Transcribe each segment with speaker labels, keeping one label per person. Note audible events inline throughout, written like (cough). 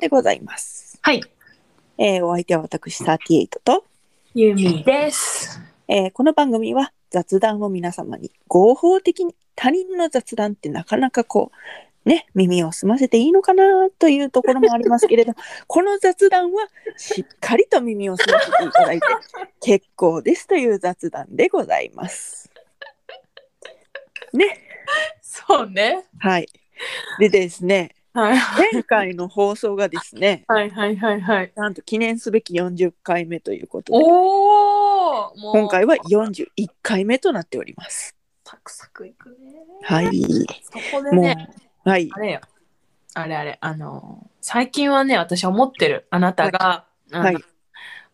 Speaker 1: でございます。
Speaker 2: はい。
Speaker 1: えーお相手は私38と、
Speaker 2: ゆみです。
Speaker 1: えーこの番組は雑談を皆様に合法的に他人の雑談ってなかなかこうね耳を澄ませていいのかなというところもありますけれどこの雑談はしっかりと耳を澄ませていただいて結構ですという雑談でございます。ね
Speaker 2: そうね。
Speaker 1: はい。でですね
Speaker 2: はい。
Speaker 1: 前回の放送がですね
Speaker 2: はいはいはいはい。
Speaker 1: なんと記念すべき40回目ということで
Speaker 2: おお。もう
Speaker 1: 今回は41回目となっております。
Speaker 2: サクサクいくね。
Speaker 1: はい。
Speaker 2: そこで
Speaker 1: も
Speaker 2: ね、
Speaker 1: う、はい
Speaker 2: あ。れよ。あれあれ、あのー最近はね、私思ってる。あなたが、あの
Speaker 1: はい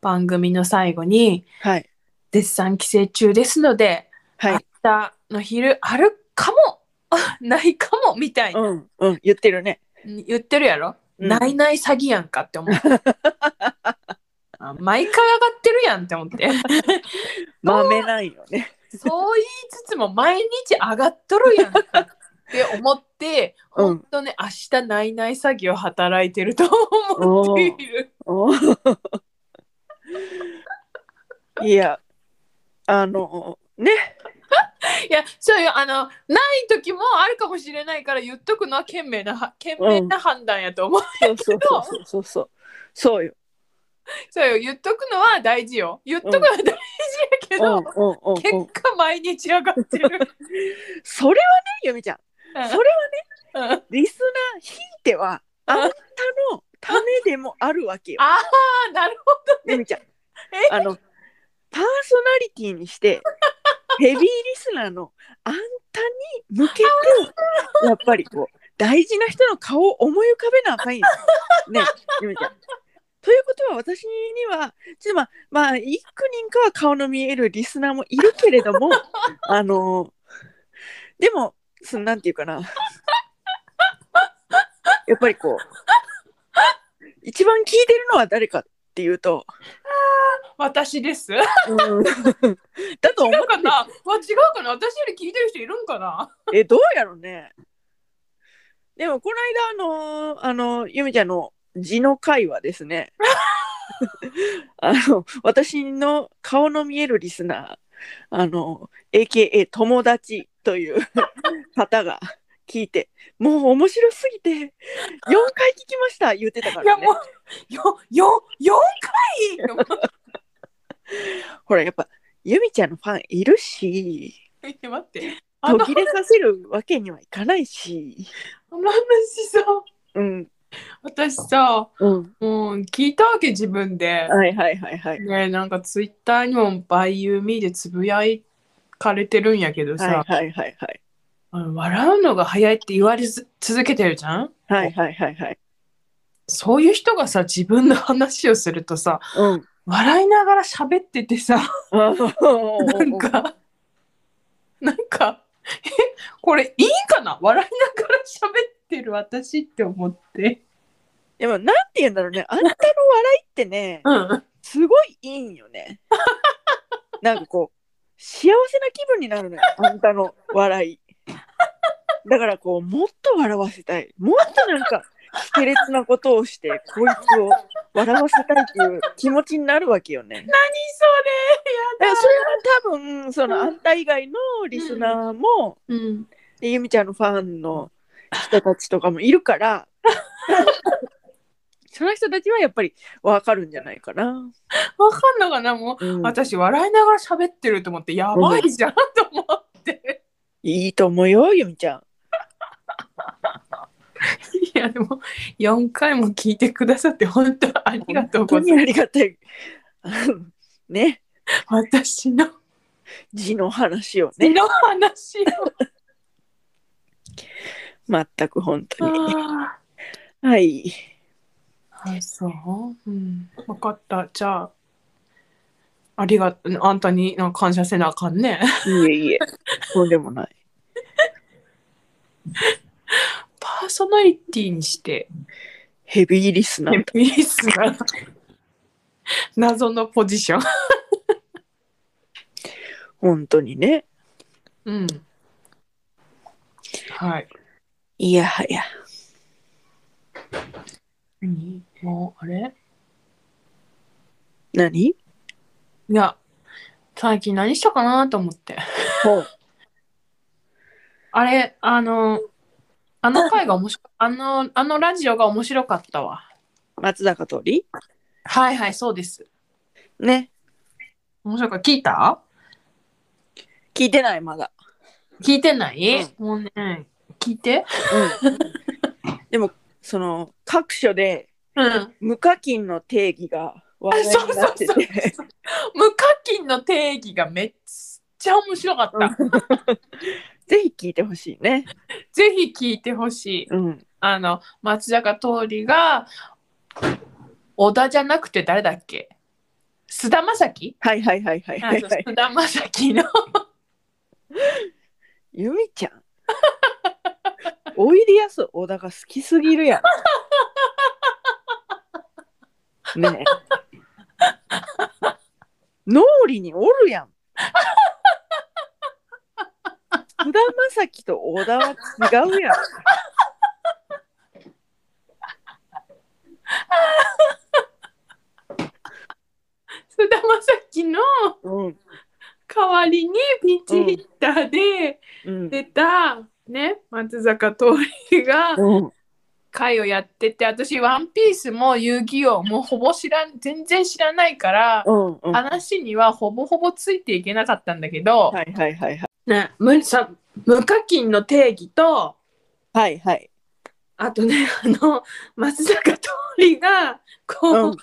Speaker 2: 番組の最後に、
Speaker 1: はい。
Speaker 2: 絶賛帰省中ですので、
Speaker 1: はい。
Speaker 2: 明日の昼あるかも、 (laughs) ないかも、みたいな、
Speaker 1: うん。うん。言ってるね。
Speaker 2: 言ってるやろ。
Speaker 1: うん
Speaker 2: ないない詐欺やんかって思
Speaker 1: (laughs)
Speaker 2: って。あ毎回上がってるやんって思って。
Speaker 1: まめないよね。 (laughs)
Speaker 2: そう言いつつも毎日上がっと
Speaker 1: (laughs)
Speaker 2: るやんかって思って、
Speaker 1: うん
Speaker 2: 本当ね、明日ないない詐欺を働いてると思っている。
Speaker 1: おーいや、あの、ね。
Speaker 2: いや、そうよ、あの、ない時もあるかもしれないから言っとくのは賢明な、賢明な判断やと思う。
Speaker 1: そうそうそうそうそう。そうよ。
Speaker 2: そうよ、言っとくのは大事よ。言っとくのは大事やけ
Speaker 1: うん
Speaker 2: ど、
Speaker 1: うんうんうん
Speaker 2: 結。果毎日上がってる。
Speaker 1: (laughs) それはね、ゆみちゃん。それ
Speaker 2: はね。
Speaker 1: リスナーひいては、あなたのためでもあるわけよ。
Speaker 2: ああ、なるほ
Speaker 1: ゆみちゃん。あの、パーソナリティにして、ヘビーリスナーのあんたに向けて、やっぱりこう、大事な人の顔を思い浮かべなあかんやん。ね、ゆみちゃん。ということは私には、ちょっとまあ、まあ、幾人かは顔の見えるリスナーもいるけれども、あのでも、そのなんていうかな。やっぱりこう、一番聞いてるのは誰かっていうと、
Speaker 2: ど。私
Speaker 1: (laughs)
Speaker 2: です。
Speaker 1: だと思
Speaker 2: 違
Speaker 1: っ
Speaker 2: うかなわ違うかな私より聞いてる人いるんかな
Speaker 1: てえどうやろうねでもこの間あのーあのゆみちゃんの字の会はです
Speaker 2: (laughs)
Speaker 1: ねあの私の顔の見えるリスナーあの AKA 友達と
Speaker 2: (laughs)
Speaker 1: いう方が聞いてもう面白すぎて4回聞きました言ってたか
Speaker 2: いや
Speaker 1: らね
Speaker 2: もう、よ、よ、4回と思っ
Speaker 1: ほらやっぱゆみちゃんのファンいるして
Speaker 2: 待って。あ
Speaker 1: 途
Speaker 2: の、あ
Speaker 1: 切れさせるわけにはいかないし
Speaker 2: の話さ、
Speaker 1: うん
Speaker 2: 私さ、
Speaker 1: うん
Speaker 2: もう聞いたわけ自分で。
Speaker 1: はいはいはいはい。
Speaker 2: ねなんかツイッターにもバイユーミーでつぶやかれてるんやけどさ、
Speaker 1: はいはいはいはい。
Speaker 2: あの笑うのが早いって言われず続けてるじゃん
Speaker 1: はいはいはいはい。
Speaker 2: そういう人がさ、自分の話をするとさ、
Speaker 1: うん。
Speaker 2: 笑いながら喋っててさ、な。
Speaker 1: なん
Speaker 2: か、なんか、え、これいいかな笑いながら喋ってる私って思って。
Speaker 1: でもなんて言うんだろうね。あんたの笑いってね、
Speaker 2: うん。
Speaker 1: すごいいいんよ (laughs) ね。なんかこう、幸せな気分になるのよ。あんたの笑い。だからこう、もっと笑わせたい。もっとなんか、卑劣なことをして、こいつを笑わせたいっていう気持ちになるわけよね。
Speaker 2: 何
Speaker 1: だからそれは多分、そのあんた以外のリスナーも、
Speaker 2: それうん。
Speaker 1: でゆみちゃんのファンの人たちとかもいるから (laughs) その人たちはやっぱり分かるんじゃないかな。
Speaker 2: わかんのかなもう、
Speaker 1: うん
Speaker 2: 私笑いながら喋ってると思って、やばいじゃんと思って。
Speaker 1: いいと思うよゆみちゃん。
Speaker 2: いや、でも、4回も聞いてくださって、本当ありがとうご
Speaker 1: 本当
Speaker 2: ざ
Speaker 1: に
Speaker 2: います。
Speaker 1: ありがたい。 (laughs) あのね
Speaker 2: 私の、
Speaker 1: 字の話をね
Speaker 2: の話を。
Speaker 1: 全く本当に。
Speaker 2: あ
Speaker 1: はい。
Speaker 2: ーあ、そう。うん。わかった。じゃあ、ありがとう。あんたになんか感謝せなあかんね。
Speaker 1: いえいえとんでもない。
Speaker 2: パーソナリティにして、
Speaker 1: ヘビーリスナー。
Speaker 2: ミスが謎のポジション。
Speaker 1: 本当にね。
Speaker 2: うん。はい。
Speaker 1: いやはや。
Speaker 2: 何もう、あれ
Speaker 1: 何
Speaker 2: いや、最近何したかなと思って。
Speaker 1: ほう
Speaker 2: あれ、あの、あの回が面白かあの、あのラジオが面白かったわ。
Speaker 1: 松坂桃李
Speaker 2: はいはい、そうです。
Speaker 1: ね
Speaker 2: 面白かった。聞いた
Speaker 1: 聞いてないまだ、
Speaker 2: 聞いてない、もうね、聞いて。
Speaker 1: (laughs) うん、でもその各所で
Speaker 2: うん。
Speaker 1: 無課金の定義が話題になって
Speaker 2: そうそう
Speaker 1: て
Speaker 2: 無課金の定義がめっちゃ面白かった。
Speaker 1: (laughs) ぜひ聞いてほしいね、
Speaker 2: ぜひ聞いてほしい。
Speaker 1: うん、
Speaker 2: あの、松坂桃李が、小田じゃなくて誰だっけ菅田将 (laughs) 暉
Speaker 1: はいはいはいはいはい、はい、
Speaker 2: 菅田将暉の (laughs)
Speaker 1: ゆみちゃんおいでやす小田が好きすぎるや
Speaker 2: (laughs)
Speaker 1: んねえ脳裏におるやん菅田将暉と小田は違うやん
Speaker 2: 菅田将暉の
Speaker 1: うん
Speaker 2: 代わりにピンチヒッターで
Speaker 1: うん
Speaker 2: 出た、ね、松坂桃李が
Speaker 1: うん
Speaker 2: 会をやってて私「ワンピースも「遊戯王もほぼ知らん全然知らないから
Speaker 1: うんうんは
Speaker 2: 話にはほぼほぼついていけなかったんだけど、
Speaker 1: いはいはいはい
Speaker 2: ね、無さ無課金の定義と
Speaker 1: はいはい
Speaker 2: あとね (laughs) あの松坂桃李がこう、
Speaker 1: うん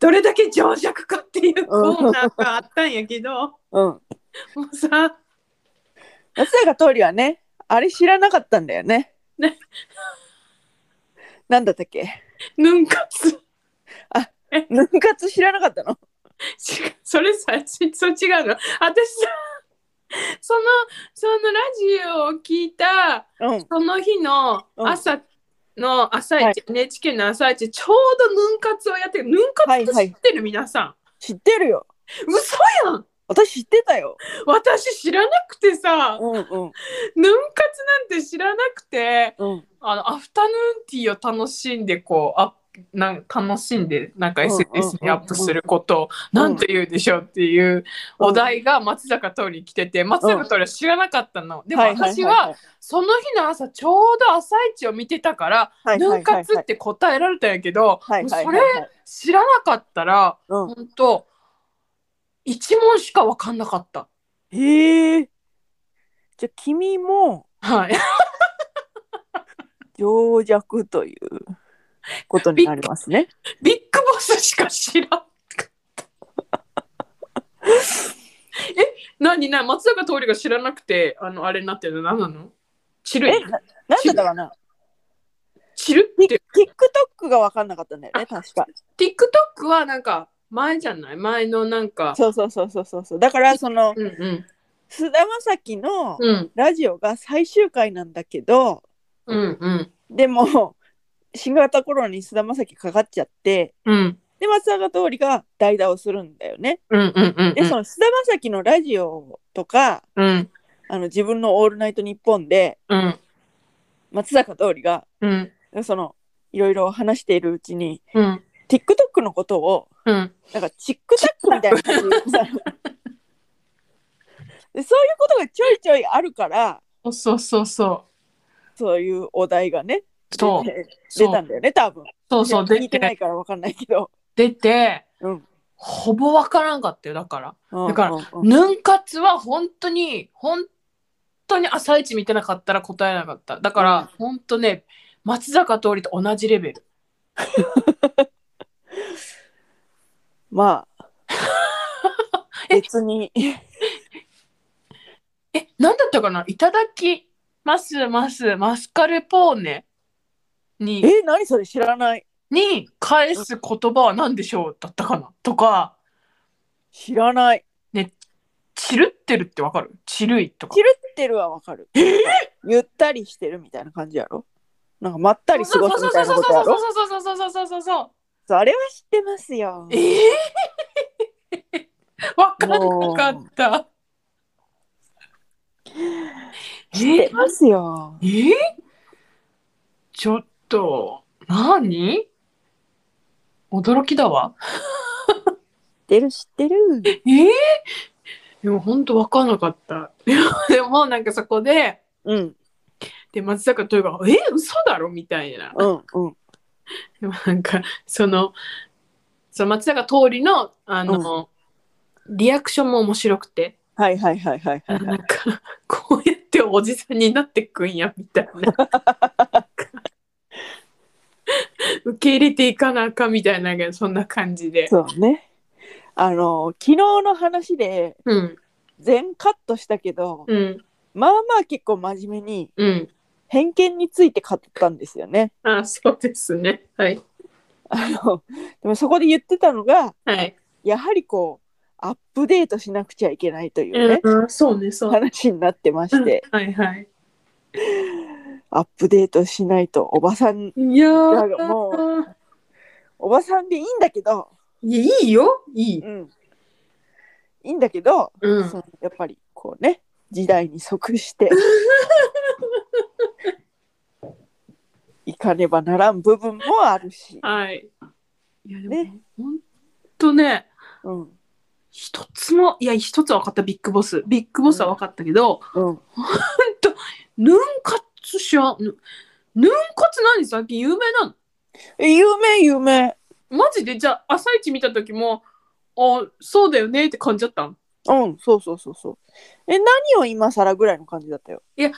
Speaker 2: どれだけ情弱かっていう
Speaker 1: うん
Speaker 2: コーナーがあったんやけど、 (laughs)
Speaker 1: うん
Speaker 2: もうさ
Speaker 1: 松坂桃李はねあれ知らなかったんだよね
Speaker 2: ね
Speaker 1: なんだったっけ
Speaker 2: ヌン活
Speaker 1: ヌン活知らなかったの
Speaker 2: 違うそれさちそう違うの私さそのそのラジオを聞いた
Speaker 1: うん
Speaker 2: その日の
Speaker 1: うん
Speaker 2: 朝の朝一、
Speaker 1: はい
Speaker 2: NHK の朝一ちょうどヌン活をやってるヌン活って知ってる、皆さん
Speaker 1: 知ってるよ
Speaker 2: 嘘やん
Speaker 1: 私知ってたよ
Speaker 2: 私知らなくてさ
Speaker 1: うんうん
Speaker 2: ヌン活なんて知らなくて
Speaker 1: うん
Speaker 2: あのアフタヌーンティーを楽しんでこうあなん楽しんでなんか
Speaker 1: うんうんうん
Speaker 2: SNS にアップすることをなんて言うでしょうっていうお題が松坂桃李来てて松坂桃李は知らなかったの。でも私はその日の朝ちょうど朝市を見てたから「
Speaker 1: はいはいはいは
Speaker 2: ヌ
Speaker 1: い
Speaker 2: ン活」って答えられたんやけど
Speaker 1: はいはい
Speaker 2: そ
Speaker 1: はい
Speaker 2: れ
Speaker 1: はい
Speaker 2: 知らなかったら
Speaker 1: うん
Speaker 2: 本当一問しか分かんなかった。
Speaker 1: へえじゃあ君も
Speaker 2: はい
Speaker 1: 情弱ということになりますね
Speaker 2: ビッグボスしか知らんかった。え、何な松坂桃李が知らなくて、あの、あれになってるの何なのチル
Speaker 1: えななんだったかな
Speaker 2: チルって
Speaker 1: TikTok が分かんなかったんだよね確か
Speaker 2: TikTok はなんか前じゃない前のなんか。
Speaker 1: そうそうそうそうそうそうだからその
Speaker 2: うんうん。
Speaker 1: 菅田将暉の
Speaker 2: うん
Speaker 1: ラジオが最終回なんだけど
Speaker 2: うんうん。
Speaker 1: でも (laughs) 新型コロナに菅田将暉かかっちゃって
Speaker 2: うん
Speaker 1: で松坂桃李が代打をするんだよね
Speaker 2: うんうんうん
Speaker 1: でその菅田将暉のラジオとか
Speaker 2: うん
Speaker 1: あの自分の「オールナイトニッポン」で
Speaker 2: うん
Speaker 1: 松坂桃李が
Speaker 2: うん
Speaker 1: そのいろいろ話しているうちに
Speaker 2: うん
Speaker 1: TikTok のことを
Speaker 2: うん
Speaker 1: なんかチックタックみたいな感
Speaker 2: (laughs)
Speaker 1: じでさでそういうことがちょいちょいあるから
Speaker 2: そうそうそうそ
Speaker 1: そういうお題がね
Speaker 2: うそう
Speaker 1: 出て出
Speaker 2: そ
Speaker 1: た
Speaker 2: うん
Speaker 1: だよね多分
Speaker 2: そうそう
Speaker 1: 聞
Speaker 2: 出
Speaker 1: いてな
Speaker 2: て
Speaker 1: いから分かんないけど、
Speaker 2: 出て
Speaker 1: うん
Speaker 2: ほぼわからんかったよだから
Speaker 1: うん、
Speaker 2: だから
Speaker 1: うんうん
Speaker 2: ヌン活は本当に本当に朝一見てなかったら答えなかっただから、
Speaker 1: うん
Speaker 2: 本当ね松坂桃李と同じレベル
Speaker 1: ま
Speaker 2: (laughs)
Speaker 1: あ別に
Speaker 2: え何だったかないただきますますマスカルポーネに
Speaker 1: え何それ知らない
Speaker 2: に返す言葉は何でしょうだったかなとか
Speaker 1: 知らない
Speaker 2: チルってるってわかるチルいとか
Speaker 1: チルってるはわかる、ゆったりしてるみたいな感じやろなんかまったり過ごすみたいなことやろ
Speaker 2: そうそうそうそうそうそうそうそうそうそう
Speaker 1: それは知ってますよ
Speaker 2: ええー、わ (laughs) かんなかったえ
Speaker 1: 知ってますよ
Speaker 2: えーちょっと、何驚きだわ。
Speaker 1: ってる知ってる。
Speaker 2: えー、でも本当分かんなかった。 (laughs) でもなんかそこで、
Speaker 1: うん
Speaker 2: で松坂桃李が「え嘘だろ?」みたいな。
Speaker 1: うんうん
Speaker 2: でもなんかそのその松坂桃李のあの、リアクションも面白くて、
Speaker 1: はいはいはいはいはいは
Speaker 2: ないんかこうやっておじさんになってくんやみたいな。受け入れていかなあかんみたいなそんな感じで。
Speaker 1: そうね。あの昨日の話で
Speaker 2: うん
Speaker 1: 全カットしたけど、
Speaker 2: うん
Speaker 1: まあまあ結構真面目に
Speaker 2: うん。
Speaker 1: 偏見について語ったんですよね。
Speaker 2: あそうですね。はい。
Speaker 1: あのでもそこで言ってたのが
Speaker 2: はい。
Speaker 1: やはりこうアップデートしなくちゃいけないというね、
Speaker 2: うん、そうねそうね。
Speaker 1: 話になってまして
Speaker 2: はいはい。
Speaker 1: アップデートしないとおばさん
Speaker 2: いや
Speaker 1: いやもおばさんでいいんだけど、
Speaker 2: いやいいよいい。
Speaker 1: うん、いいんだけど、
Speaker 2: う
Speaker 1: そのやっぱりこうね時代に即して
Speaker 2: (laughs)
Speaker 1: いかねばならん部分もあるし、
Speaker 2: はい。いやでも、
Speaker 1: ね
Speaker 2: ほんとね、
Speaker 1: うん
Speaker 2: 一つも、いや、一つは分かった、ビッグボス。ビッグボスは分かったけど、
Speaker 1: うん、
Speaker 2: ヌンカツしゃ、ヌヌンカツ何最近有名なの
Speaker 1: え有名有名
Speaker 2: マジでじゃあ、朝一見た時も、あ、そうだよねって感じだったん
Speaker 1: うんそうそうそうそうえ何を今更ぐらいの感じだったよ
Speaker 2: じゃ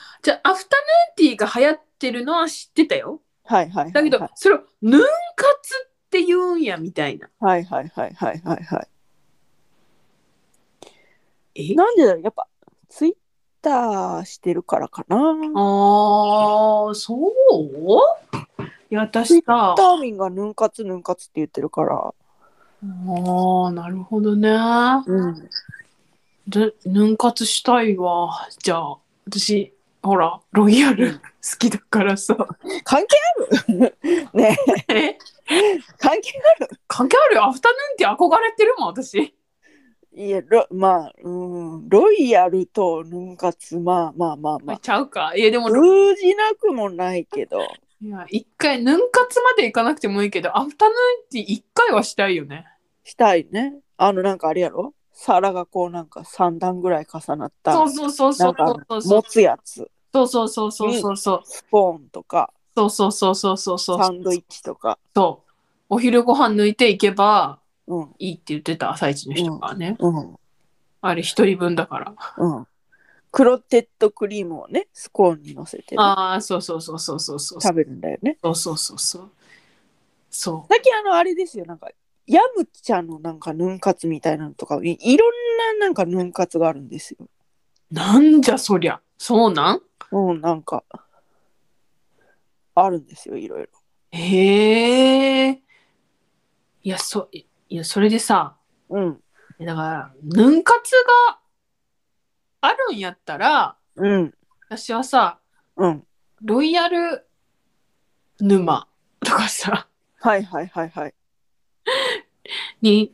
Speaker 2: あ、アフタヌーンティーが流行ってるのは知ってたよ。
Speaker 1: はいはいはいはい
Speaker 2: だけど、それをヌンカツって言うんや、みたいな。
Speaker 1: はいはいはいはいはいは
Speaker 2: え
Speaker 1: い。なんでだろうやっぱツイッターしてるからかな。
Speaker 2: ああ、そういや、私さ。
Speaker 1: ターミンがヌンカツヌンカツって言ってるから。
Speaker 2: ああ、なるほどね。
Speaker 1: うん。
Speaker 2: で、ヌン活したいわ。じゃあ、私、ほら、ロイヤル (laughs) 好きだからさ。
Speaker 1: 関係ある (laughs) ねえ
Speaker 2: え
Speaker 1: 関係
Speaker 2: 関係あるよ。アフタヌーンティー憧れてるもん、私。
Speaker 1: いやロまあうんロイヤルとヌンカツまあまあまあまあ
Speaker 2: ちゃうか。いや、でも、ロ
Speaker 1: 通じなくもないけど
Speaker 2: いや一回、ヌン活まで行かなくてもいいけど、アフタヌーンティー一回はしたいよね。
Speaker 1: したいね。あのなんかあれやろ皿がこうなんか3段ぐらい重なった
Speaker 2: そうそうそう
Speaker 1: な
Speaker 2: そ
Speaker 1: ん
Speaker 2: う
Speaker 1: か
Speaker 2: そうそ
Speaker 1: 持
Speaker 2: う。
Speaker 1: つやつ
Speaker 2: そうそうそうそうそうそう。
Speaker 1: スコーンとか
Speaker 2: そうそうそうそうそうそう。
Speaker 1: サンドイッチとか。
Speaker 2: そう。お昼ご飯抜いていけば
Speaker 1: うん
Speaker 2: いいって言ってた、朝一の人がね。
Speaker 1: うん
Speaker 2: あれ、一人分だから。
Speaker 1: うん。クロテッドクリームをね、スコーンにのせてね、
Speaker 2: ああ、そうそうそうそうそうそう。
Speaker 1: 食べるんだよね。
Speaker 2: そうそうそうそう。そ
Speaker 1: 最近あの、あれですよ、なんか、ヤムチャのなんかヌンカツみたいなのとか、いいろんななんかヌンカツがあるんですよ。
Speaker 2: う。なんじゃそりゃ。そうなん
Speaker 1: うん、なんか、あるんですよ、いろいろ。
Speaker 2: へえ。いや、そ、いや、それでさ、
Speaker 1: うん、
Speaker 2: だから、ヌン活があるんやったら、
Speaker 1: うん、
Speaker 2: 私はさ、
Speaker 1: うん。
Speaker 2: ロイヤル沼とかさ、 (laughs)
Speaker 1: はいはいはいはい。
Speaker 2: に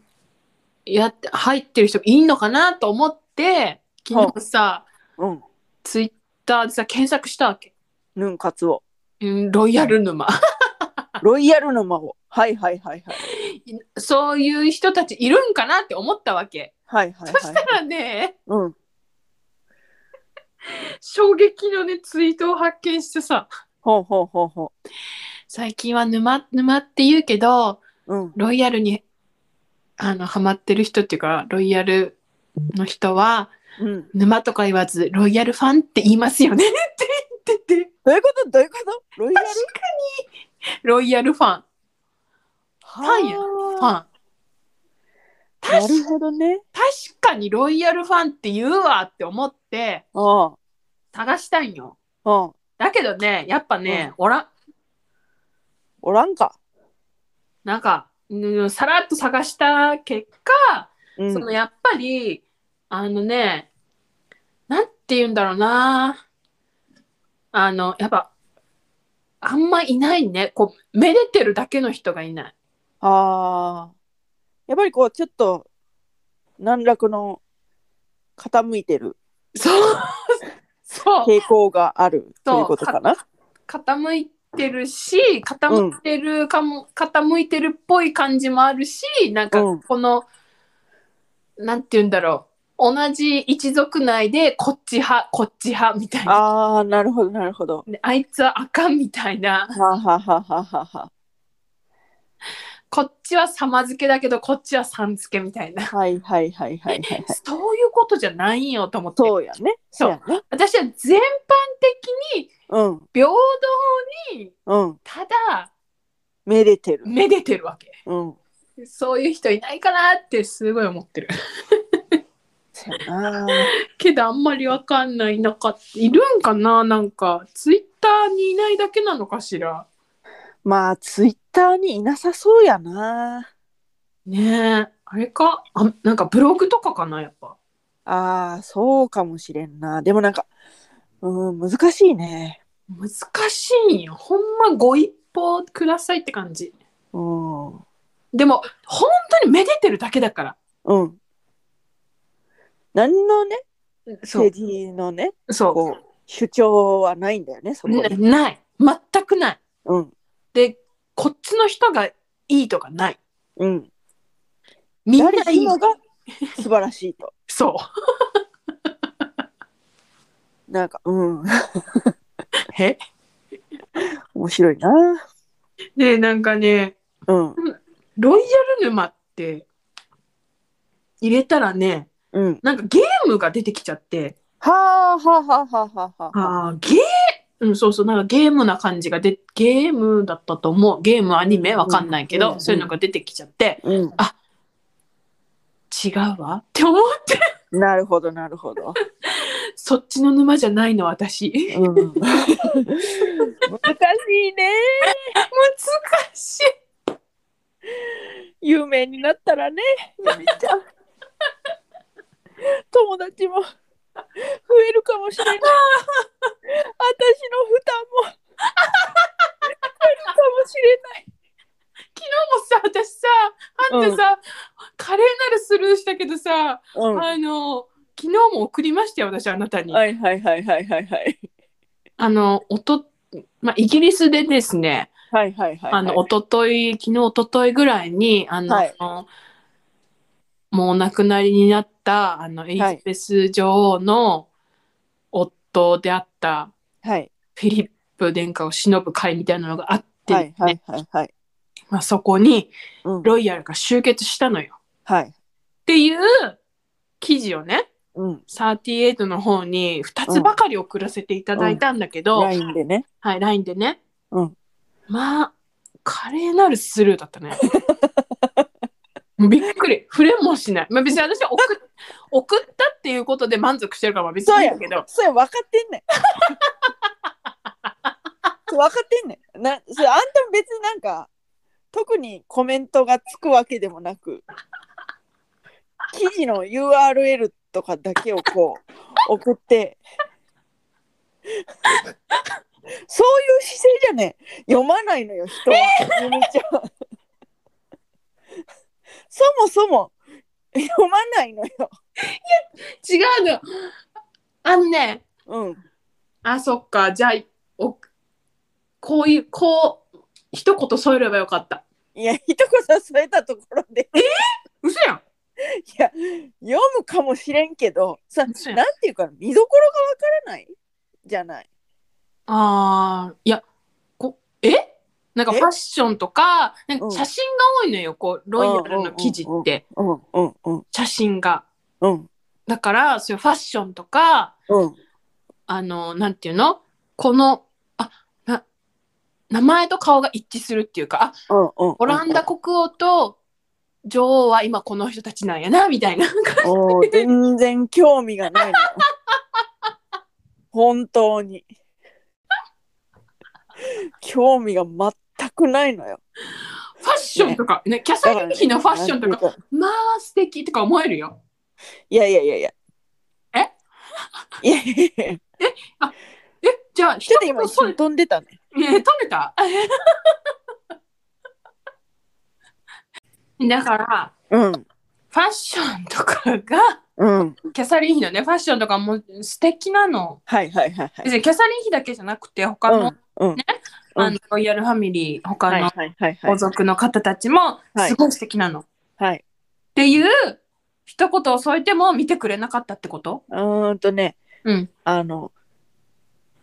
Speaker 2: やって入ってる人いんのかなと思って昨日さ、
Speaker 1: うん、
Speaker 2: ツイッターでさ検索したわけ、
Speaker 1: ヌンカツを。
Speaker 2: うん、ロイヤル沼 (laughs)
Speaker 1: ロイヤル沼を。はいはいはいはい。
Speaker 2: そういう人たちいるんかなって思ったわけ、
Speaker 1: はいはい
Speaker 2: そ
Speaker 1: は
Speaker 2: した (laughs)
Speaker 1: い。
Speaker 2: らね
Speaker 1: うん、
Speaker 2: 衝撃のねツイートを発見してさ
Speaker 1: ほうほうほうほ
Speaker 2: 最近は沼沼って言うけど
Speaker 1: う。うん、
Speaker 2: ロイヤルにあのハマってる人っていうかロイヤルの人は
Speaker 1: うん。
Speaker 2: 沼とか言わずロイヤルファンって言いますよねって言ってて
Speaker 1: どういうことどういうことロイヤル
Speaker 2: ロイヤルファン
Speaker 1: フ
Speaker 2: ァンやファン。
Speaker 1: なる
Speaker 2: 確
Speaker 1: ほどね。
Speaker 2: 確かにロイヤルファンって言うわって思って
Speaker 1: うん。
Speaker 2: 探したんよ。
Speaker 1: うん。
Speaker 2: だけどね、やっぱね、おら、
Speaker 1: おらんか。
Speaker 2: なんか、うんさらっと探した結果、
Speaker 1: うん。
Speaker 2: そのやっぱり、あのね、なんて言うんだろうな。あの、やっぱ、あんまいないね。こう、めでてるだけの人がいない。
Speaker 1: ああ。やっぱりこう、ちょっと、難楽の傾いてる
Speaker 2: (laughs) そう。そう。
Speaker 1: 傾向があるということかな。
Speaker 2: 傾いてるし傾いてるかも、傾いてるっぽい感じもあるしなんか
Speaker 1: うん
Speaker 2: この、なんて言うんだろう同じ一族内でこっち派こっち派みたいな
Speaker 1: ああ、なるほど、なるほど。
Speaker 2: であいつはあかんみたいな
Speaker 1: はあ、はあはあはあはあは
Speaker 2: こっちは様付けだけどこっちはさん付けみたいな
Speaker 1: あ、はいはいはいはいはいはい。
Speaker 2: そういうことじゃないんよと思って
Speaker 1: そうやね。
Speaker 2: そう
Speaker 1: やね。
Speaker 2: 私は全般的に
Speaker 1: うん
Speaker 2: 平等に
Speaker 1: うん。
Speaker 2: ただ
Speaker 1: めでてる。
Speaker 2: めでてるわけ
Speaker 1: うん。
Speaker 2: そういう人いないかなってすごい思ってる。
Speaker 1: そうやな。
Speaker 2: けどあんまりわかんない、いなかった。いるんかななんか、ツイッターにいないだけなのかしら。
Speaker 1: まあ、ツイッターにいなさそうやな。
Speaker 2: ねえ、あれかあなんかブログとかかなやっぱ。
Speaker 1: ああ、そうかもしれんな。でもなんか、うん、難しいね。
Speaker 2: 難しいんよ。ほんまご一報くださいって感じ。
Speaker 1: うん。う
Speaker 2: でも、本当にめでてるだけだから。
Speaker 1: ん。何のね、
Speaker 2: そ
Speaker 1: 政治のね、
Speaker 2: う。そ。
Speaker 1: こう、主張はないんだよね、そうこ
Speaker 2: な
Speaker 1: に。
Speaker 2: ない。全くない。
Speaker 1: うん。
Speaker 2: で、こっちの人がいいとかない。
Speaker 1: うん。
Speaker 2: みんな
Speaker 1: 誰
Speaker 2: い
Speaker 1: し
Speaker 2: い
Speaker 1: も。が素晴らしいと。 (laughs)
Speaker 2: そう。
Speaker 1: なんか、うん。
Speaker 2: え
Speaker 1: 面白いな。
Speaker 2: で、なんかね、
Speaker 1: うん。
Speaker 2: ロイヤル沼って入れたらね、
Speaker 1: うん。
Speaker 2: なんかゲームが出てきちゃって、
Speaker 1: はあはあはあはあはあはあ。
Speaker 2: ああ、ゲー、うん、そうそう、なんかゲームな感じがで、ゲームだったと思う。ゲーム、アニメ、わかんないけ
Speaker 1: うんうんう
Speaker 2: ど、
Speaker 1: ん
Speaker 2: そういうのが出てきちゃって、
Speaker 1: うん。
Speaker 2: 違うわって思って、
Speaker 1: なるほど、なるほど。
Speaker 2: そっちの沼じゃないの、私。 (laughs)
Speaker 1: うん、 (laughs) 難しいね。
Speaker 2: 難しい。
Speaker 1: 有名になったらね、ゆみちゃん。友達も増えるかもしれない。私の負担も増えるかもしれない。
Speaker 2: もうさ、私さ、あんたさ、華麗なるスルーしたけどさ、
Speaker 1: うん
Speaker 2: あの、昨日も送りましたよ、私、あなたに。
Speaker 1: はいはいはいはいはいはい。
Speaker 2: あの、おと、まあ、イギリスでですね、
Speaker 1: はいはいはい。
Speaker 2: あの、一昨日昨日、一昨日ぐらいに、あの、
Speaker 1: はい
Speaker 2: もうお亡くなりになった、あの、エリザベス女王の夫であった、
Speaker 1: はい
Speaker 2: フィリップ殿下を偲ぶ会みたいなのがあって、
Speaker 1: はいはいはいはい。
Speaker 2: まあ、そこに
Speaker 1: うん
Speaker 2: ロイヤルが集結したのよ。
Speaker 1: はい。
Speaker 2: っていう記事をね、
Speaker 1: うん。
Speaker 2: 38の方に2つばかり送らせていただいたんだけど、
Speaker 1: ラインでね。
Speaker 2: はい、LINE でね。
Speaker 1: うん
Speaker 2: まあ、華麗なるスルーだったね。びっくり。触れもしない。まあ、別に私は送っ (laughs) 送ったっていうことで満足してるからまあ別にいいんだけど、
Speaker 1: それ分かってんねん。それ分かってんねん。なそれあんたも別になんか特にコメントがつくわけでもなく記事の URL とかだけをこう送ってそういう姿勢じゃねえ読まないのよ人は、ゆみちゃんそもそも読まないのよ。
Speaker 2: 違うの。あのね、
Speaker 1: うん
Speaker 2: あ、そっか。じゃあ、おこういう、こう、一言添えればよかった。
Speaker 1: いや、一言添えたところで、
Speaker 2: 嘘やん。
Speaker 1: いや、読むかもしれんけど、さ、
Speaker 2: 嘘やん
Speaker 1: なんていうか、見どころがわからないじゃない。
Speaker 2: あーいやこえなんか
Speaker 1: え
Speaker 2: ファッションとかなん
Speaker 1: う
Speaker 2: か
Speaker 1: ん
Speaker 2: 写真が多いのよこうロイヤルの記事
Speaker 1: うんうん
Speaker 2: って
Speaker 1: うん、うん、うん、
Speaker 2: 写真が。
Speaker 1: うん、
Speaker 2: だからそういうファッションとか
Speaker 1: うん、
Speaker 2: あのなんていうのこのあな名前と顔が一致するっていうかあ
Speaker 1: うん。
Speaker 2: オランダ国王と女王は今この人たちなんやなみたいな
Speaker 1: おー全然興味がないの。本当に。興味が全くないのよ。
Speaker 2: ファッションとか、ね、キャサリン妃のファッションとか
Speaker 1: か。
Speaker 2: まあ素敵とか思えるよ。
Speaker 1: いやいやいやいや。いやいやいや。
Speaker 2: えじゃあ
Speaker 1: ち
Speaker 2: 一
Speaker 1: ょっと
Speaker 2: 言
Speaker 1: 今一
Speaker 2: 添
Speaker 1: 瞬
Speaker 2: え
Speaker 1: 飛んでたね。
Speaker 2: ねえ、止めた (laughs) だから、
Speaker 1: うん、
Speaker 2: ファッションとかが、
Speaker 1: うん。
Speaker 2: キャサリン妃のね、ファッションとかも素敵なの。
Speaker 1: はいはいはいはい。
Speaker 2: 別にキャサリン妃だけじゃなくて、他の、
Speaker 1: うん、うん、
Speaker 2: あのロイヤルファミリー他
Speaker 1: はい
Speaker 2: の
Speaker 1: はいはいは
Speaker 2: 皇
Speaker 1: い
Speaker 2: 族の方たちも
Speaker 1: はい
Speaker 2: すごい素敵なの、っ
Speaker 1: はい
Speaker 2: ていう一言を添えても見てくれなかったってこと
Speaker 1: うーんとね
Speaker 2: うん
Speaker 1: あの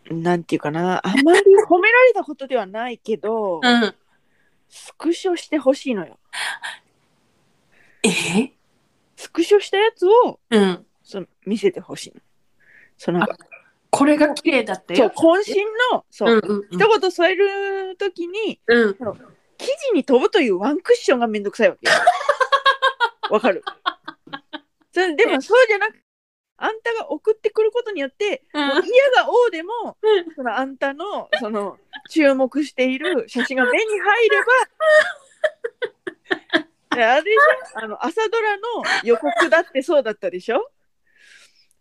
Speaker 1: なんていうかなあまり褒められたことではないけど、
Speaker 2: うん
Speaker 1: スクショしてほしいのよ
Speaker 2: えー
Speaker 1: スクショしたやつを
Speaker 2: うん
Speaker 1: その見せてほしいのそのなんか
Speaker 2: これが綺麗だって
Speaker 1: そう
Speaker 2: よ
Speaker 1: 渾身のそう、
Speaker 2: んうん
Speaker 1: 一言添えるときに
Speaker 2: うんうん
Speaker 1: 記事に飛ぶというワンクッションがめんどくさいわけよ。わかるそれでもそうじゃなくあんたが送ってくることによって
Speaker 2: う
Speaker 1: も
Speaker 2: ん
Speaker 1: う嫌が王でも
Speaker 2: う
Speaker 1: そのあんたのその注目している写真が目に入れ
Speaker 2: (laughs)
Speaker 1: ばであれでしょあの朝ドラの予告だってそうだったでしょ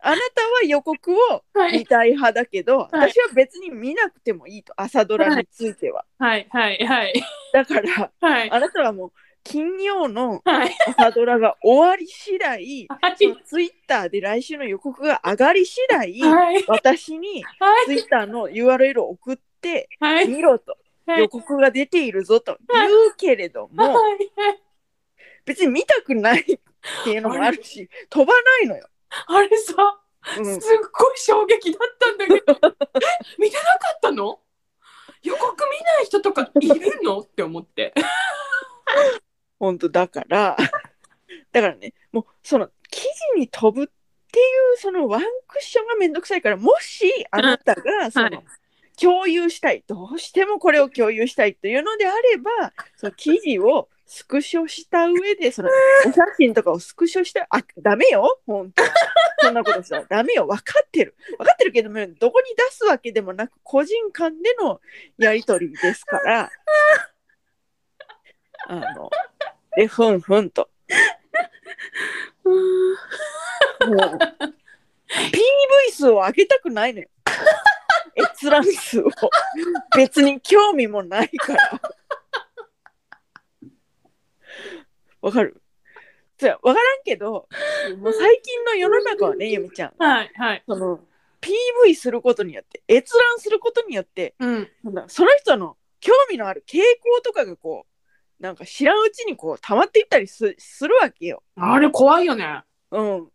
Speaker 1: あなたは予告を
Speaker 2: はい
Speaker 1: 見たい派だけど、
Speaker 2: はい
Speaker 1: 私は別に見なくてもいいと朝ドラについては、
Speaker 2: はいはいはい
Speaker 1: だから
Speaker 2: はい
Speaker 1: あなたはもう金曜の
Speaker 2: はい
Speaker 1: 朝ドラが終わり次第
Speaker 2: はい
Speaker 1: ツイッターで来週の予告が上がり次第
Speaker 2: はい
Speaker 1: 私に
Speaker 2: はい
Speaker 1: ツイッターの URL を送って
Speaker 2: はい
Speaker 1: 見ろと
Speaker 2: はい
Speaker 1: 予告が出ているぞと言うけれども
Speaker 2: はいはい
Speaker 1: 別に見たくないっていうのもあるし飛ばないのよ。
Speaker 2: あれさ
Speaker 1: う
Speaker 2: すっ
Speaker 1: ん
Speaker 2: ごい衝撃だったんだけど見てなかったの予告見ない人とかいるのって思って
Speaker 1: 本当だから (laughs) だからねもうその記事に飛ぶっていうそのワンクッションがめんどくさいからもしあなたがその、
Speaker 2: はい
Speaker 1: 共有したいどうしてもこれを共有したいというのであればその記事をスクショした上でそのお写真とかをスクショしたあダメよ本当にそんなことした
Speaker 2: (laughs)
Speaker 1: らダメよ分かってる分かってるけどもどこに出すわけでもなく個人間でのやり取りですから
Speaker 2: (laughs)
Speaker 1: あのでふんふんと
Speaker 2: うーん
Speaker 1: もう PV 数を上げたくないのよ。閲覧数を別に興味もないから。わかるじゃあわからんけどもう最近の世の中はねゆみちゃん
Speaker 2: はいはい
Speaker 1: その PV することによって閲覧することによって
Speaker 2: うん
Speaker 1: なんだその人の興味のある傾向とかがこうなんか知らんうちにこう溜まっていったりすするわけよ。
Speaker 2: あれ怖いよね
Speaker 1: うん。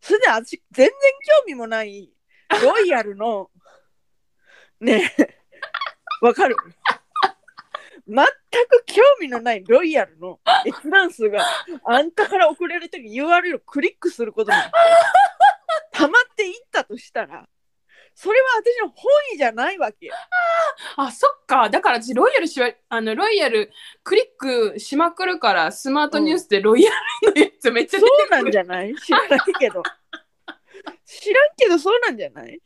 Speaker 1: それで私、全然興味もない、ロイヤルの、ねえ、わかる全く興味のないロイヤルの閲覧数があんたから送れるとき URL をクリックすることに溜まっていったとしたら、それは私の本意じゃないわけよ。
Speaker 2: あそっかだから私ロイヤルしわあのロイヤルクリックしまくるからスマートニュースでロイヤルのやつめっちゃ出
Speaker 1: そ
Speaker 2: て
Speaker 1: うなんじゃ (laughs) ない知らないけど。知らんけどそうなんじゃない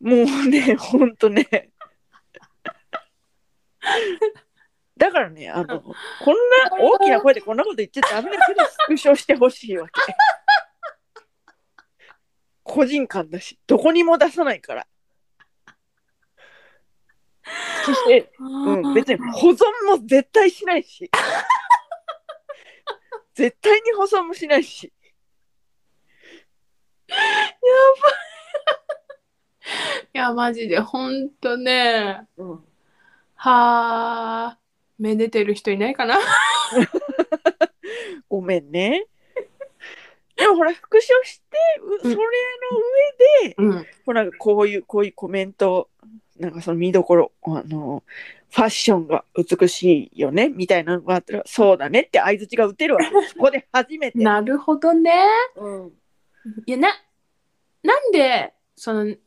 Speaker 1: もうね、ほんとね。だからね、あの、こんな大きな声でこんなこと言っちゃダメだけど、スクショしてほしいわけ。個人間だし、どこにも出さないから。そして、うん、別に保存も絶対しない
Speaker 2: (laughs)
Speaker 1: し絶対に保存もしないし
Speaker 2: いやマジでほんとね
Speaker 1: うん
Speaker 2: はあめでてる人いないかな
Speaker 1: ごめんねでもほら復唱してうそ
Speaker 2: うん
Speaker 1: れの上
Speaker 2: うん
Speaker 1: ほらこういうこういうコメントなんかその見どころあのファッションが美しいよねみたいなのがあったらそうだねって相づちが打てるわけ
Speaker 2: (laughs)
Speaker 1: そこで初めて、
Speaker 2: なるほどね
Speaker 1: うん、
Speaker 2: いやななんでその昨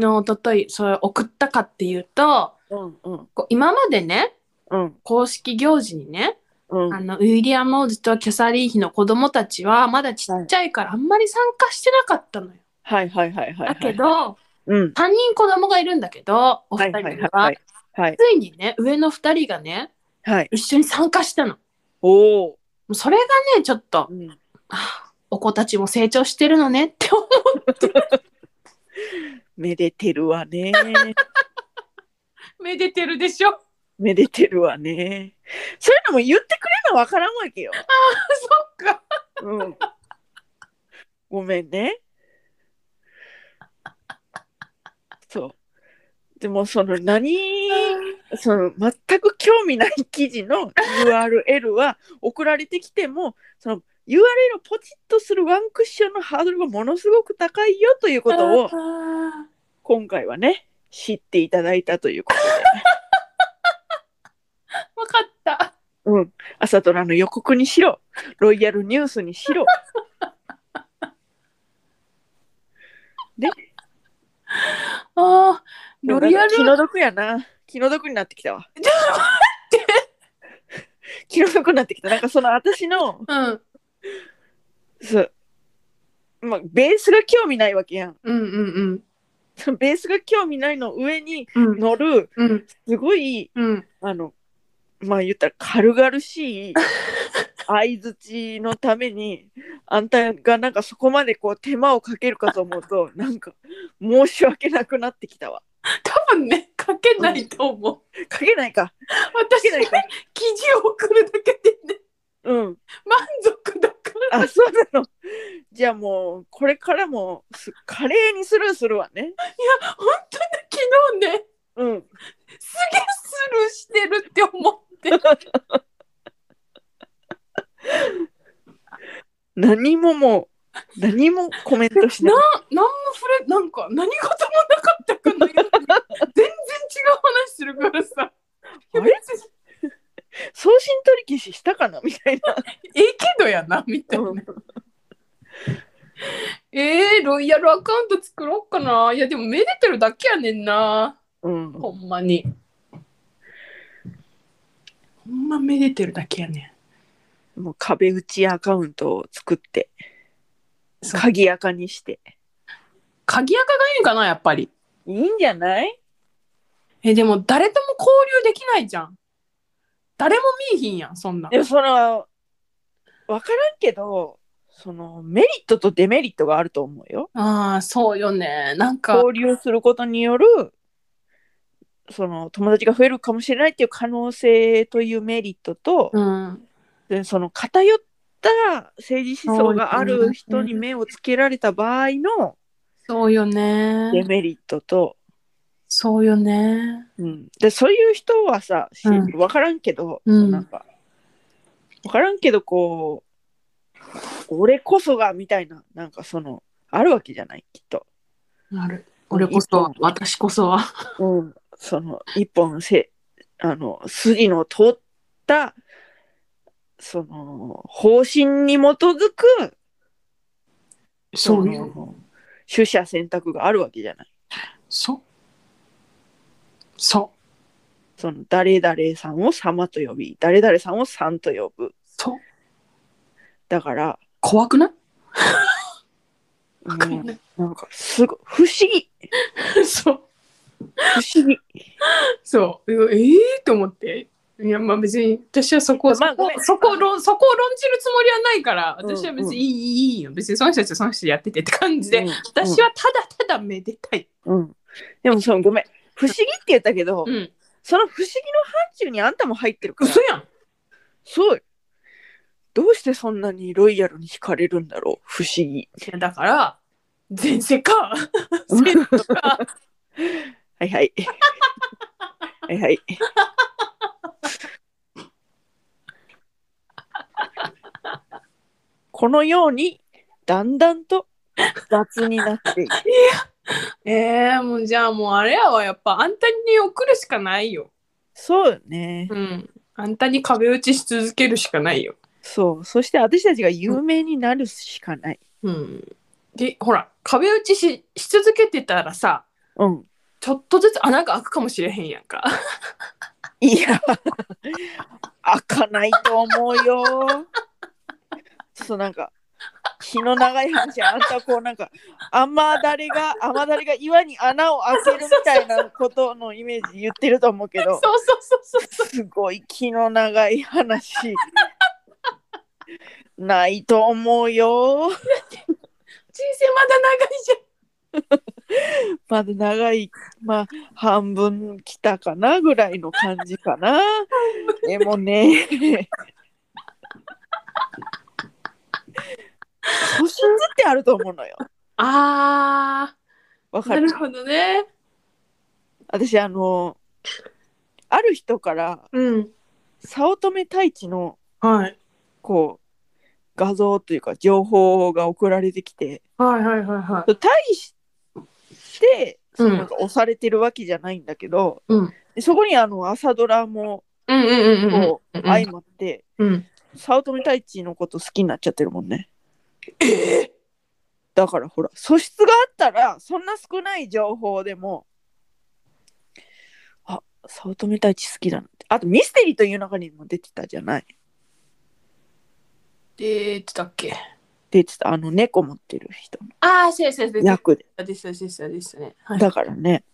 Speaker 2: 日おとといそれ送ったかっていうと
Speaker 1: うんうん
Speaker 2: こう今までね
Speaker 1: うん
Speaker 2: 公式行事にね、
Speaker 1: うん
Speaker 2: あのウィリアム王子とキャサリン妃の子供たちはまだちっちゃいからあんまり参加してなかったのよ。
Speaker 1: はいはいはいはいは
Speaker 2: だ
Speaker 1: い
Speaker 2: けど
Speaker 1: うん
Speaker 2: 3人子供がいるんだけどお
Speaker 1: は
Speaker 2: 二
Speaker 1: い
Speaker 2: 人
Speaker 1: はい
Speaker 2: に
Speaker 1: はいは
Speaker 2: はい
Speaker 1: はい
Speaker 2: ついにね上の2人がね
Speaker 1: はい
Speaker 2: 一緒に参加したの。も
Speaker 1: おお、
Speaker 2: うそれがねちょっと
Speaker 1: うん
Speaker 2: あお子たちも成長してるのねって (laughs) 思う
Speaker 1: めでてるわね。
Speaker 2: めでてるでしょ。
Speaker 1: めでてるわね。そういうのも言ってくれるのわからんわけよ。
Speaker 2: そっか
Speaker 1: うん。ごめんね。そう。でもその何その全く興味ない記事の URL は送られてきてもその URL をポチッとするワンクッションのハードルがものすごく高いよという (laughs) こと
Speaker 2: (laughs)
Speaker 1: を今回はね知っていただいたということで、
Speaker 2: 分かった。
Speaker 1: うん、朝ドラの予告にしろロイヤルニュースにし
Speaker 2: (laughs)
Speaker 1: ろ
Speaker 2: ああ、
Speaker 1: なん
Speaker 2: ロ
Speaker 1: か
Speaker 2: イヤル
Speaker 1: 気の毒やな気の毒になってきたわ気の毒になってきたなんかその私の
Speaker 2: うん
Speaker 1: そう、まあ、ベースが興味ないわけやん
Speaker 2: うんうん
Speaker 1: その (laughs) ベースが興味ないの上に
Speaker 2: うん
Speaker 1: 乗る
Speaker 2: うん
Speaker 1: すごい
Speaker 2: うん
Speaker 1: あのまあ言ったら軽々
Speaker 2: (laughs)
Speaker 1: しい相づちのためにあんたがなんかそこまでこう手間をかけるかと思うとなんか申し訳なくなってきたわ
Speaker 2: 多分ね書けないと思う、
Speaker 1: かけないかか
Speaker 2: 私
Speaker 1: けないか
Speaker 2: 記事を送るだけでね
Speaker 1: うん
Speaker 2: 満足だから
Speaker 1: あそうなのじゃあもうこれからもす華麗にスルーするわね
Speaker 2: 本当に昨日ね
Speaker 1: うん
Speaker 2: すげえスルーしてるって思って
Speaker 1: 何ももう何もコメントしない
Speaker 2: 何も触れなんか何事もなかったかのように全然違う話するからさ
Speaker 1: あれ送信取り消ししたかなみたいな
Speaker 2: ええけどやなみたいな、
Speaker 1: うん
Speaker 2: えー、ロイヤルアカウント作ろうかないやでもめでてるだけやねんな
Speaker 1: うん
Speaker 2: ほんまにほんまめでてるだけやね
Speaker 1: もう壁打ちアカウントを作って
Speaker 2: んそう
Speaker 1: 鍵垢にして
Speaker 2: 鍵垢がいいんかなやっぱり
Speaker 1: いいんじゃない
Speaker 2: えでも誰とも交流できないじゃん誰も見えひんやんそんなん
Speaker 1: でもその分からんけどそのメリットとデメリットがあると思うよ
Speaker 2: ああそうよねなんか
Speaker 1: 交流することによるその友達が増えるかもしれないっていう可能性というメリットと、
Speaker 2: うん
Speaker 1: でその偏った政治思想がある人に目をつけられた場合の
Speaker 2: そうよ
Speaker 1: デ
Speaker 2: ね
Speaker 1: メリットと、
Speaker 2: そうよね
Speaker 1: うん、でそういう人はさし
Speaker 2: うん
Speaker 1: 分からんけど、
Speaker 2: うん
Speaker 1: そのなんか分からんけどこう俺こそがみたいななんかそのあるわけじゃないきっと、
Speaker 2: ある俺こそは
Speaker 1: 一本
Speaker 2: 私こそは
Speaker 1: うん、その一本せあの筋の通ったその方針に基づく
Speaker 2: よ
Speaker 1: の取捨選択があるわけじゃない
Speaker 2: そうそう
Speaker 1: その誰々さんを様と呼び誰々さんをさんと呼ぶ
Speaker 2: そう
Speaker 1: だから、
Speaker 2: 怖くない
Speaker 1: う
Speaker 2: 怖く
Speaker 1: ん、
Speaker 2: ない
Speaker 1: なんかすごい不思議
Speaker 2: (laughs) そう
Speaker 1: 不思議
Speaker 2: そううわええと思っていやまあ別に私はそこはそ
Speaker 1: まあご
Speaker 2: こ
Speaker 1: めん
Speaker 2: そこを論そこを論じるつもりはないから
Speaker 1: うん
Speaker 2: 私は別にいいいいいいよ別にその人たちはその人でやっててって感じで、
Speaker 1: うん
Speaker 2: 私、はただただめでたい。
Speaker 1: うんうんでもそのごめん不思議って言ったけど、
Speaker 2: うん。
Speaker 1: その不思議の範疇にあんたも入ってるから
Speaker 2: 嘘やん。
Speaker 1: そうよどうしてそんなにロイヤルに惹かれるんだろう不思
Speaker 2: (laughs)
Speaker 1: 議
Speaker 2: いやだから、前世か、生徒か、
Speaker 1: はいはいはいはいこのようにだんだんと雑になっていく
Speaker 2: ええもうじゃあもうあれやわ、やっぱあんたに送るしかないよ。
Speaker 1: そうよね
Speaker 2: うん。あんたに壁打ちし続けるしかないよ。
Speaker 1: そうそして私たちが有名になるしかない
Speaker 2: うん。で、ほら、壁打ちしし続けてたらさ、
Speaker 1: うん
Speaker 2: ちょっとずつ穴が開くかもしれへんやんか。
Speaker 1: いや、開かないと思うよ。ちょっとなんか、日の長い話、あんたこうなんか、雨だれが、雨だれが岩に穴を開けるみたいなことのイメージ言ってると思うけ
Speaker 2: そ
Speaker 1: ど、
Speaker 2: うそうそうそう。
Speaker 1: すごい気の長い話。ないと思うよ。
Speaker 2: 人生まだ長いじゃん。
Speaker 1: まだ長い、まあ、半分来たかなぐらいの感じか
Speaker 2: (laughs)
Speaker 1: な。でもね。素質ってあると思うのよ。
Speaker 2: あ
Speaker 1: わ
Speaker 2: ー、
Speaker 1: か
Speaker 2: な
Speaker 1: る
Speaker 2: るほどね。
Speaker 1: 私あのある人から
Speaker 2: うん。
Speaker 1: 早乙女太一の
Speaker 2: はい。
Speaker 1: こう画像というか情報が送られてきて
Speaker 2: はいはいはいは
Speaker 1: 対してその
Speaker 2: うん
Speaker 1: なんか押されてるわけじゃないんだけど、
Speaker 2: い。うん。
Speaker 1: でそこにあの朝ドラも
Speaker 2: うんうんうんうん
Speaker 1: こう相まって、
Speaker 2: うん。うん。
Speaker 1: 早乙女太一のこと好きになっちゃってるもんね
Speaker 2: ええ
Speaker 1: だからほら素質があったらそんな少ない情報でもあ早乙女太一好きだなってあとミステリーという中にも出てたじゃない
Speaker 2: 出てたっけ
Speaker 1: 出てたあの猫持ってる人の
Speaker 2: ああ、そうそうそう。
Speaker 1: 役で
Speaker 2: ですですですですね。はい。
Speaker 1: だからね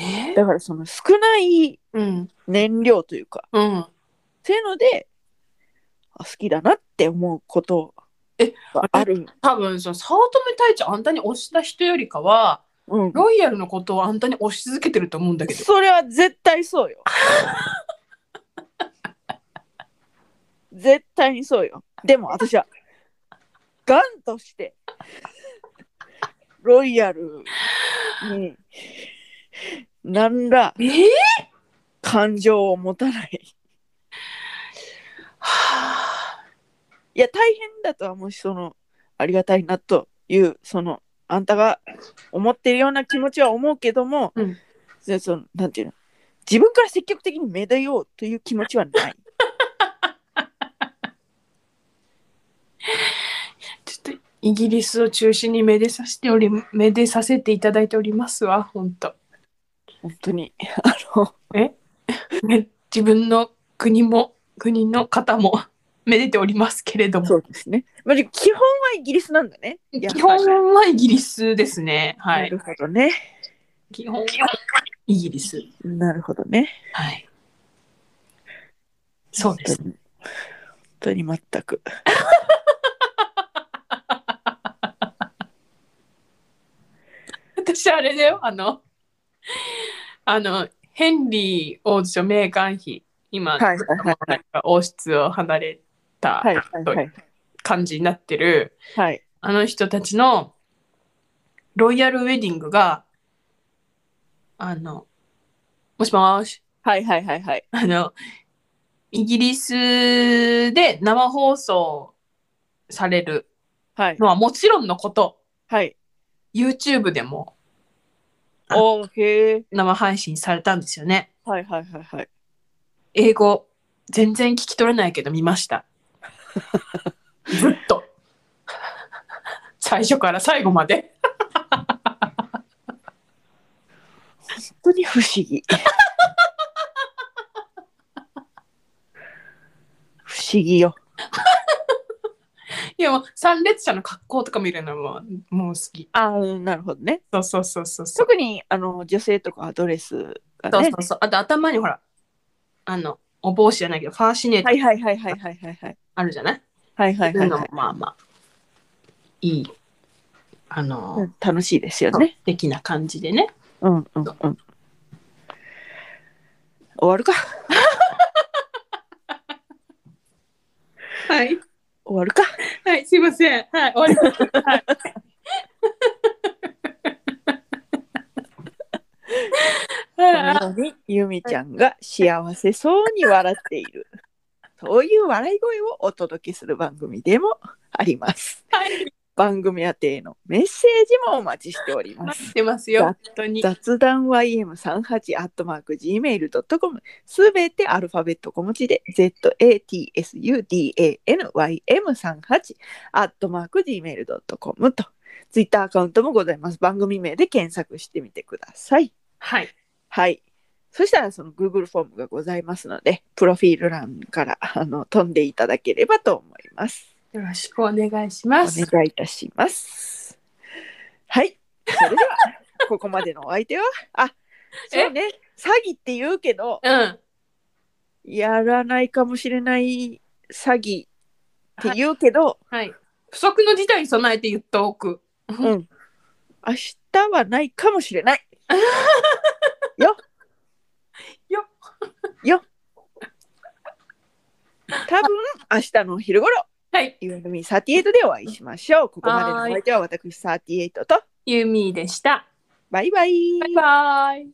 Speaker 2: え
Speaker 1: だからその少ない
Speaker 2: うん。
Speaker 1: 燃料というか
Speaker 2: うん。
Speaker 1: そういうのであ好きだなって思うこと
Speaker 2: え
Speaker 1: がある。
Speaker 2: 多分その早乙女太一あんたに推した人よりかは
Speaker 1: うん、
Speaker 2: ロイヤルのことをあんたに推し続けてると思うんだけど
Speaker 1: それは絶対そうよ。絶対にそうよ。でも私は、ガンとして、ロイヤルに、何ら
Speaker 2: えー、
Speaker 1: 感情を持たない。
Speaker 2: はあ
Speaker 1: いや、大変だとは、もしその、ありがたいなという、その、あんたが思ってるような気持ちは思うけども、
Speaker 2: うん
Speaker 1: でその、なんていうの、自分から積極的にめでようという気持ちはない。
Speaker 2: ちょっとイギリスを中心にめでさせておりめでさせていただいておりますわ本当
Speaker 1: 本当に。あの、
Speaker 2: ね自分の国も国の方もめでておりますけれども
Speaker 1: そうですね。まあ、で基本はイギリスなんだね。やっぱり
Speaker 2: 基本はイギリスですねは
Speaker 1: ないるほどね。
Speaker 2: 基本はイギリス
Speaker 1: なるほどね。
Speaker 2: はいそうです
Speaker 1: 本当に。本当に全く。
Speaker 2: 私あれだよあのあのヘンリー王子とメーガン妃今、
Speaker 1: はいはいはいはい
Speaker 2: なんか王室を離れた
Speaker 1: はいはいはい。
Speaker 2: 感じになってる、
Speaker 1: はい、
Speaker 2: あの人たちのロイヤルウェディングがあのもしもし
Speaker 1: はいはいはいはい。
Speaker 2: あのイギリスで生放送される
Speaker 1: はい。
Speaker 2: のはもちろんのこと
Speaker 1: はい。
Speaker 2: YouTube でも
Speaker 1: おーへー
Speaker 2: 生配信されたんですよね。
Speaker 1: はいはいはいはい。
Speaker 2: 英語全然聞き取れないけど見ました。ずっと。最初から最後まで。
Speaker 1: 本当に不思
Speaker 2: (laughs)
Speaker 1: 議。不思議よ。
Speaker 2: いやもう参列者の格好とか見るのももう好き。
Speaker 1: ああ、なるほどね。
Speaker 2: そうそうそうそうそう。
Speaker 1: 特にあの女性とかドレス
Speaker 2: そ
Speaker 1: が
Speaker 2: うそ
Speaker 1: ね。
Speaker 2: うそう。あと頭にほら、あの、お帽子じゃないけど、ファーシネータ
Speaker 1: は
Speaker 2: ー
Speaker 1: いはいはいはいはいはいはい。
Speaker 2: あるじゃない、
Speaker 1: はいはい
Speaker 2: そ
Speaker 1: は
Speaker 2: ういう
Speaker 1: い、
Speaker 2: の
Speaker 1: は
Speaker 2: もまあまあ、いい、あ
Speaker 1: い。う
Speaker 2: の、
Speaker 1: ん楽しいですよね。
Speaker 2: 的な感じでね。
Speaker 1: うんうんうん。終わるか。
Speaker 2: はい。
Speaker 1: 終わる (laughs) か。
Speaker 2: はい、すいません。はい、終わります。はい。
Speaker 1: こ
Speaker 2: はい
Speaker 1: のようにゆみちゃんが幸せそうに笑っている。 (laughs) そういう笑い声をお届けする番組でもあります。
Speaker 2: はい
Speaker 1: 番組宛てへのメッセージもお待ちしております。
Speaker 2: 待ってますよ、本当に。
Speaker 1: 雑談 ym38 アットマーク gmail.com すべてアルファベット小文字で zatsudanym38 アットマーク gmail.com とツイッターアカウントもございます番組名で検索してみてください
Speaker 2: はい。
Speaker 1: はいそしたらその Google フォームがございますのでプロフィール欄からあの飛んでいただければと思います
Speaker 2: よろしくお願いします
Speaker 1: お。願いいたします。はい。それでは、ここまでのお相手は、あ、そうね、詐欺って言うけど、
Speaker 2: うん。
Speaker 1: やらないかもしれない詐欺って言うけど、
Speaker 2: はい。不測の事態に備えて言っておく。
Speaker 1: うん。明日はないかもしれない。よ。
Speaker 2: よ。
Speaker 1: よ。多分明日のお昼頃、
Speaker 2: はい。
Speaker 1: ゆうのみ38でお会いしましょう。ここまでのお相手は私38と、
Speaker 2: ユーミーでした。
Speaker 1: バイバイ。
Speaker 2: バイバイ。